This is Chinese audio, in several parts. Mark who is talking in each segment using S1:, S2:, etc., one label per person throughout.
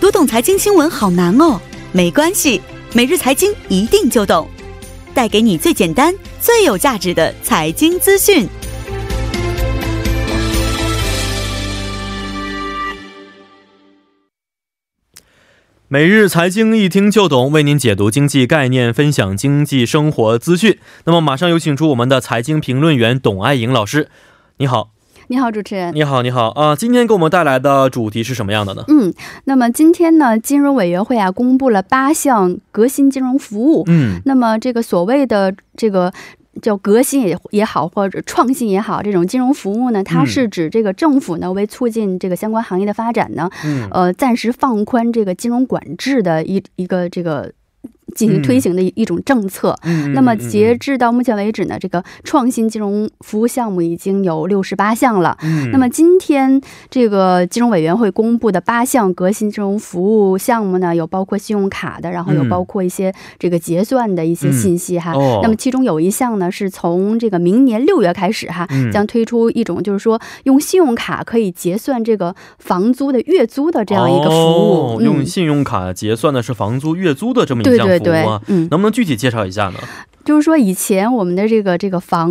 S1: 读懂财经新闻好难哦，没关系，每日财经一定就懂，带给你最简单、最有价值的财经资讯。
S2: 每日财经一听就懂，为您解读经济概念，分享经济生活资讯。那么，马上有请出我们的财经评论员董爱颖老师，你好。
S3: 你好，主持人。
S2: 你好，你好啊、呃！今天给我们带来的主题是什么样的呢？
S3: 嗯，那么今天呢，金融委员会啊公布了八项革新金融服务。
S2: 嗯，
S3: 那么这个所谓的这个。叫革新也也好，或者创新也好，这种金融服务呢，
S2: 嗯
S3: 它是指这个政府呢为促进这个相关行业的发展呢，
S2: 嗯
S3: 呃，暂时放宽这个金融管制的一一个这个。进行推行的一一种政策、
S2: 嗯
S3: 那么截至到目前为止呢，这个创新金融服务项目已经有六十八项了。
S2: 嗯
S3: 那么今天这个金融委员会公布的八项革新金融服务项目呢，有包括信用卡的，然后有
S2: 嗯
S3: 包括一些这个结算的一些信息哈。
S2: 哦，
S3: 那么其中有一项呢，是从这个明年六月开始哈，
S2: 嗯
S3: 将推出一种就是说用信用卡可以结算这个房租的月租的这样一个服务。嗯
S2: 哦、用信用卡结算的是房租、月租的这么一
S3: 对
S2: 项服务
S3: 对
S2: 啊。
S3: 对，嗯，
S2: 能不能具体介绍一下呢？
S3: 就是说以前我们的这个这个房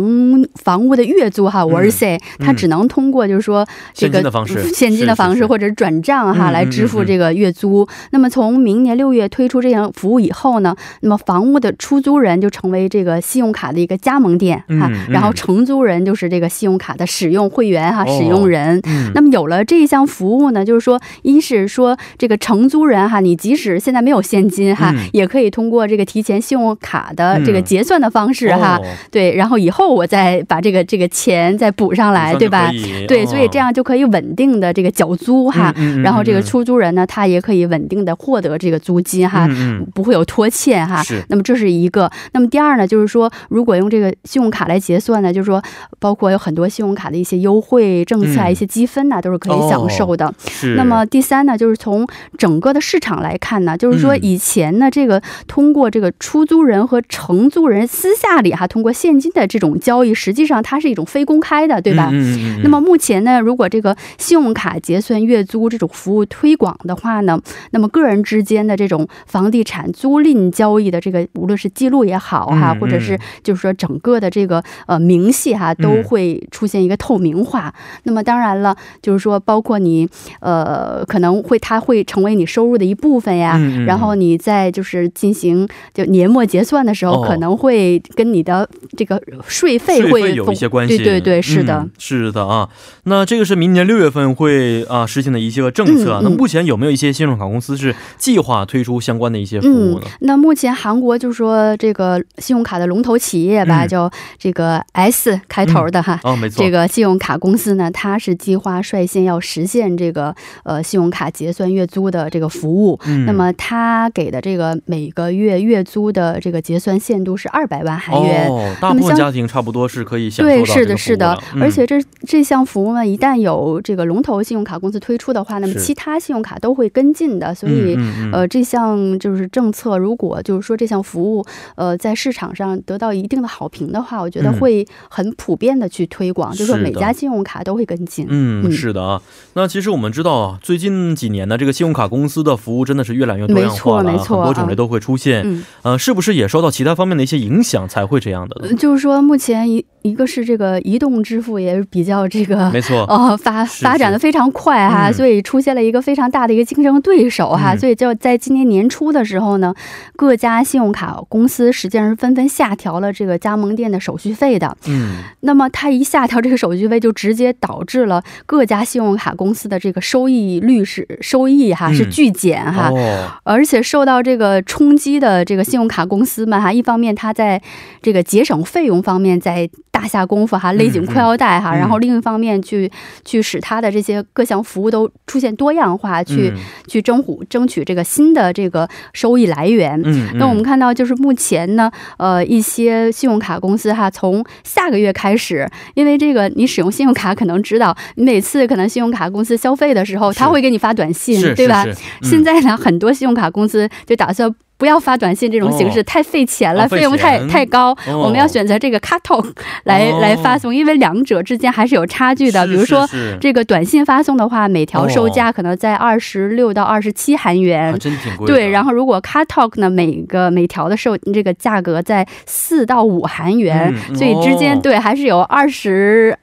S3: 房屋的月租哈，我是 say，它只能通过就是说这
S2: 嗯现
S3: 个
S2: 金的方式，
S3: 现金的方
S2: 是
S3: 式
S2: 是是
S3: 或者转账哈
S2: 嗯
S3: 来
S2: 嗯
S3: 支付
S2: 嗯
S3: 这个月租。那么从明年六月推出这项服务以后呢，那么房屋的出租人就成为这个信用卡的一个加盟店哈
S2: 嗯，嗯
S3: 然后承租人就是这个信用卡的使用会员哈
S2: 哦
S3: 使用人。
S2: 嗯，
S3: 那么有了这一项服务呢，就是说，一是说这个承租人哈，你即使现在没有现金哈
S2: 嗯，
S3: 也可以通过这个提前信用卡的
S2: 嗯
S3: 这个结算的方式哈
S2: 哦，
S3: 对，然后以后我再把这个这个钱再补上来，对吧？？
S2: 这样就可以
S3: 对，所以
S2: 哦
S3: 这。样就可以稳定的这个缴租哈，
S2: 嗯嗯嗯
S3: 然后这个
S2: 嗯
S3: 出租人呢，他也可以稳定的获得这个租金哈，
S2: 嗯嗯
S3: 不会有拖欠哈。
S2: 是
S3: 那么这是一个。那么第二呢，就是说，如果用这个信用卡来结算呢，就是说，包括有很多信用卡的一些优惠政策
S2: 嗯
S3: 啊、
S2: 哦
S3: 一些积分呐、都是可以享受的。
S2: 是。
S3: 那么第三呢，就是从整个的市场来看呢，就是说
S2: 嗯
S3: 以前呢，这个通过这个出租人和承租人私下里哈，通过现金的这种交易，实际上它是一种非公开的，对吧？
S2: 嗯嗯嗯嗯
S3: 那么目前呢，如果这个信用卡结算月租这种服务推广的话呢，那么个人之间的这种房地产租赁交易的这个，无论是记录也好哈、
S2: 嗯嗯
S3: 或者是就是说整个的这个呃明细哈、都会出现一个透明化。那么当然了，就是说包括你呃可能会它会成为你收入的一部分哎呀。
S2: 嗯嗯
S3: 然后你在就是进行就年末结算的时候，
S2: 哦
S3: 可能会跟你的这个税费
S2: 税
S3: 会
S2: 费有一些关系，
S3: 对对对，是的。
S2: 嗯是的啊。那这个是明年六月份会啊实行的一些个政策啊、
S3: 嗯嗯
S2: 那目前有没有一些信用卡公司是计划推出相关的一些服务呢？
S3: 那目前韩国就说这个信用卡的龙头企业吧，
S2: 嗯
S3: 叫这个 S 开头的哈。
S2: 哦，没错，
S3: 嗯这个信用卡公司呢，它是计划率先要实现这个呃信用卡结算月租的这个服务。
S2: 嗯
S3: 那么它给的这个每个月月租的这个结算限度是二百万韩元。
S2: 哦，大部分家庭差不多是可以享受
S3: 对，
S2: 到这
S3: 是
S2: 个
S3: 的，
S2: 服务
S3: 是的，
S2: 嗯
S3: 而且这这项服务呢，一旦有这个龙头信用卡公司推出的话，那么
S2: 是
S3: 其他信用卡都会跟进的，所以、
S2: 嗯嗯嗯
S3: 呃，这项就是政策，如果就是说这项服务，呃，在市场上得到一定的好评的话，我觉得
S2: 嗯
S3: 会很普遍的去推广，就是说
S2: 是的
S3: 每家信用卡都会跟进。
S2: 嗯，
S3: 嗯
S2: 是的啊。那其实我们知道啊，最近几年呢，这个信用卡公司的服务真的是越来越多样化了啊，
S3: 没错没错
S2: 很多种类都会出现、
S3: 嗯，
S2: 呃，是不是也受到其他方面的一些影响才会这样的呢？
S3: 呃就是说目前一一个是这个移动支付也是比较这个。
S2: 没错，
S3: 呃，发
S2: 是
S3: 发展的非常快哈、
S2: 嗯
S3: 所以出现了一个非常大的一个竞争对手哈、
S2: 嗯
S3: 所以就在今年年初的时候呢，各家信用卡公司实际上是纷纷下调了这个加盟店的手续费的。
S2: 嗯，
S3: 那么它一下调这个手续费，就直接导致了各家信用卡公司的这个收益率是收益哈
S2: 嗯
S3: 是巨减哈。
S2: 哦，
S3: 而且受到这个冲击的这个信用卡公司们哈，一方面它在这个节省费用方面在大下功夫哈，勒紧裤腰带哈，
S2: 嗯
S3: 然后另一方面去去使它的这些各项服务都出现多样化，
S2: 嗯
S3: 去、去争虎争取这个新的这个收益来源。
S2: 嗯，嗯，
S3: 那我们看到，就是目前呢，呃，一些信用卡公司哈，从下个月开始，因为这个你使用信用卡，可能知道，你每次可能信用卡公司消费的时候，
S2: 是
S3: 他会给你发短信
S2: 是，
S3: 对吧？
S2: 是是嗯
S3: 现在呢，很多信用卡公司就打算不要发短信这种形式，
S2: 哦
S3: 太费钱了，
S2: 啊费
S3: 费用太
S2: 钱
S3: 太高。
S2: 哦
S3: 我们要选择这个 c a t o 来、
S2: 哦
S3: 来发送，因为两者之间还是有差距的。
S2: 是
S3: 比如说。
S2: 是哦是
S3: 这个短信发送的话，每条售价可能在二十六到二十七韩元。
S2: 啊还真挺贵的。
S3: 对，然
S2: 后
S3: 后如果 Car Talk 呢，每个每条的售这个价格在四到五韩元、
S2: 嗯
S3: 所以之间、
S2: 哦
S3: 对还是有二十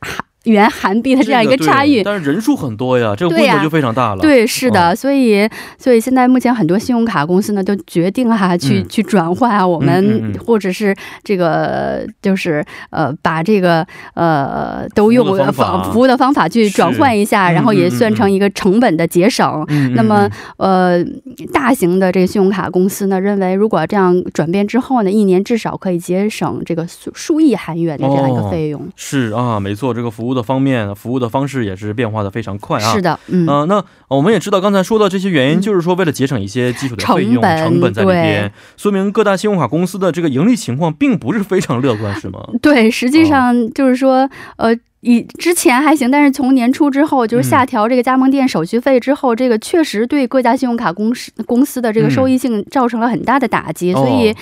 S3: 元韩币的这样一个差异。
S2: 但是人数很多呀，这个
S3: 对
S2: 规
S3: 呀
S2: 模就非常大了。，
S3: 对，是的，
S2: 嗯
S3: 所以所以现在目前很多信用卡公司呢，都决定哈、去、
S2: 嗯
S3: 去转换啊，我
S2: 嗯嗯
S3: 们
S2: 嗯
S3: 或者是这个就是呃，把这个呃都用
S2: 服务的方法
S3: 服务的方法去转换一下，
S2: 是
S3: 然后也算成一个成本的节省。
S2: 嗯，
S3: 那么
S2: 嗯，
S3: 呃，大型的这个信用卡公司呢，认为如果这样转变之后呢，一年至少可以节省这个数数亿韩元的这样一
S2: 哦
S3: 个费用。
S2: 是啊，没错，这个服务的方面，服务的方式也是变化的非常快啊。
S3: 是
S2: 的。
S3: 的，嗯。
S2: 嗯、那我们也知道，刚才说到这些原因，
S3: 嗯
S2: 就是说为了节省一些基础的费用
S3: 成本
S2: 成本在里边，说明各大信用卡公司的这个盈利情况并不是非常乐观，是吗？
S3: 对，实际上就是说，呃，以之前还行，但是从年初之后，就是下调这个加盟店手续费之后，这个确实对各家信用卡公司公司的这个收益性造成了很大的打击，
S2: 哦
S3: 所以，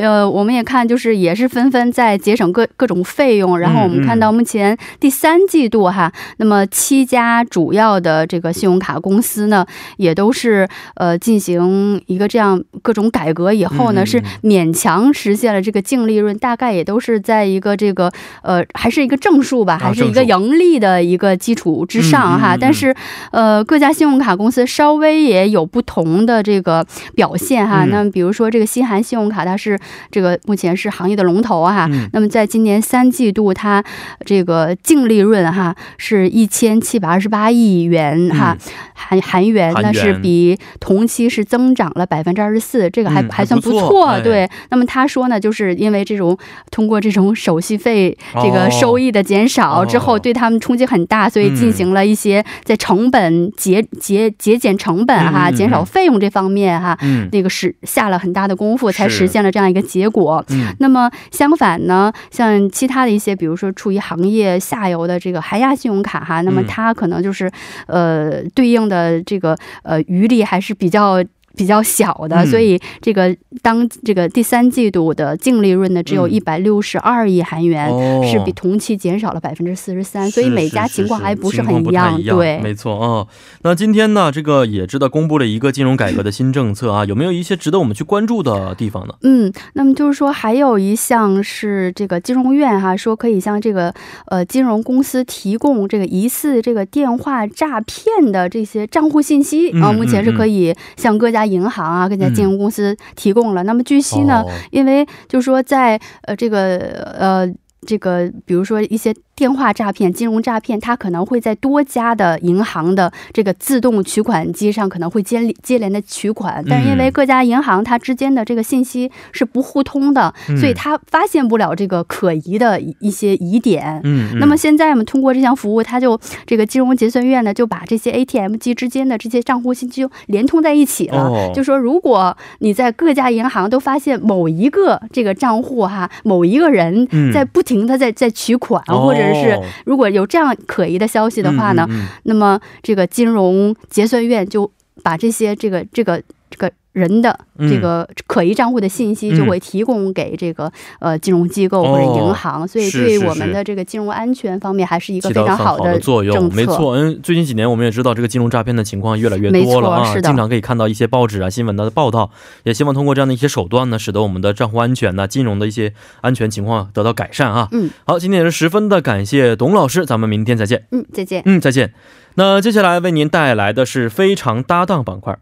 S3: 呃，我们也看就是也是纷纷在节省各各种费用，然后我们看到目前第三季度哈，那么七家主要的这个信用卡公司呢，也都是呃进行一个这样各种改革以后
S2: 嗯嗯
S3: 呢，
S2: 嗯
S3: 是勉强实现了这个净利润，大概也都是在一个这个呃还是一个正数吧，
S2: 啊
S3: 还
S2: 正数
S3: 是一个盈利的一个基础之
S2: 嗯
S3: 上哈。
S2: 嗯嗯
S3: 但是呃各家信用卡公司稍微也有不同的这个表现哈。
S2: 嗯
S3: 那么比如说这个新韩信用卡，它是这个目前是行业的龙头啊哈。
S2: 嗯
S3: 那么在今年三季度，它这个净利润哈是一千七百二十八亿元哈，韩韩元
S2: 韩
S3: 那是
S2: 嗯元
S3: 比同期是增长了百分之二十四，这个还、
S2: 嗯还
S3: 还算
S2: 不
S3: 不
S2: 错哎
S3: 对。那么他说呢，就是因为这种通过这种手续费
S2: 嗯
S3: 啊这个收益的减
S2: 哦
S3: 少之后，对他们冲击很大，所以
S2: 嗯
S3: 进行了一些在成本节节节俭成本哈、
S2: 嗯嗯嗯
S3: 减少费用这方面哈、
S2: 嗯
S3: 那个是下了很大的功夫，才
S2: 是
S3: 实现了这样一个结果。
S2: 嗯，
S3: 那么相反呢，像其他的一些，比如说处于行业下游的这个韩亚信用卡
S2: 嗯
S3: 哈，那么它可能就是、呃对应的这个呃余力还是比较。比较小的，
S2: 嗯
S3: 所以这个当这个第三季度的净利润呢，只有
S2: 嗯
S3: 一百六十二亿韩元、
S2: 哦
S3: 嗯是比同期减少了百分之四十三，
S2: 是
S3: 所以每家
S2: 是是
S3: 情况
S2: 是
S3: 还不是
S2: 情
S3: 很
S2: 况不太一样
S3: 对，
S2: 没错啊、那今天呢，这个也知道公布了一个金融改革的新政策啊，有没有一些值得我们去关注的地方呢？
S3: 嗯，那么就是说，还有一项是这个金融院哈、说可以向这个呃金融公司提供这个疑似这个电话诈骗的这些账户信息
S2: 嗯
S3: 啊、目前
S2: 嗯
S3: 是
S2: 嗯嗯
S3: 可以向各家银行啊、各家金融公司提供了。那么据悉呢，
S2: 哦
S3: 因为就是说在呃这个呃这个，比如说一些电话诈骗、金融诈骗，它可能会在多家的银行的这个自动取款机上可能会接连接连的取款，但是因为
S2: 嗯
S3: 各家银行它之间的这个信息是不互通的，
S2: 嗯
S3: 所以它发现不了这个可疑的一一些疑点。
S2: 嗯，嗯
S3: 那么现在嘛，通过这项服务，它就这个金融结算院呢，就把这些 ATM 机之间的这些账户信息就连通在一起了。
S2: 哦
S3: 就说如果你在各家银行都发现某一个这个账户哈，某一个人
S2: 嗯
S3: 在不停的在在取款、或者是
S2: 哦
S3: 如果有这样可疑的消息的话呢，
S2: 嗯嗯嗯
S3: 那么这个金融结算院就把这些这个这个这个人的
S2: 嗯
S3: 这个可疑账户的信息
S2: 嗯
S3: 就会提供给这个呃金融机构或者银行，所以
S2: 哦是
S3: 对
S2: 是
S3: 我们
S2: 是
S3: 的这个金融安全方面还是一个
S2: 起
S3: 非
S2: 到
S3: 常
S2: 很
S3: 好
S2: 的作
S3: 政
S2: 用，
S3: 策。
S2: 没错。嗯，最近几年我们也知道，这个金融诈骗的情况越来越
S3: 没
S2: 多
S3: 错
S2: 了啊，
S3: 是的
S2: 经常可以看到一些报纸啊、新闻的报道。也希望通过这样的一些手段呢，使得我们的账户安全呐、金融的一些安全情况得到改善啊。
S3: 嗯，
S2: 好，今天也是十分的感谢董老师，咱们明天再见。
S3: 嗯，再见。
S2: 嗯，再见。那接下来为您带来的是非常搭档板块。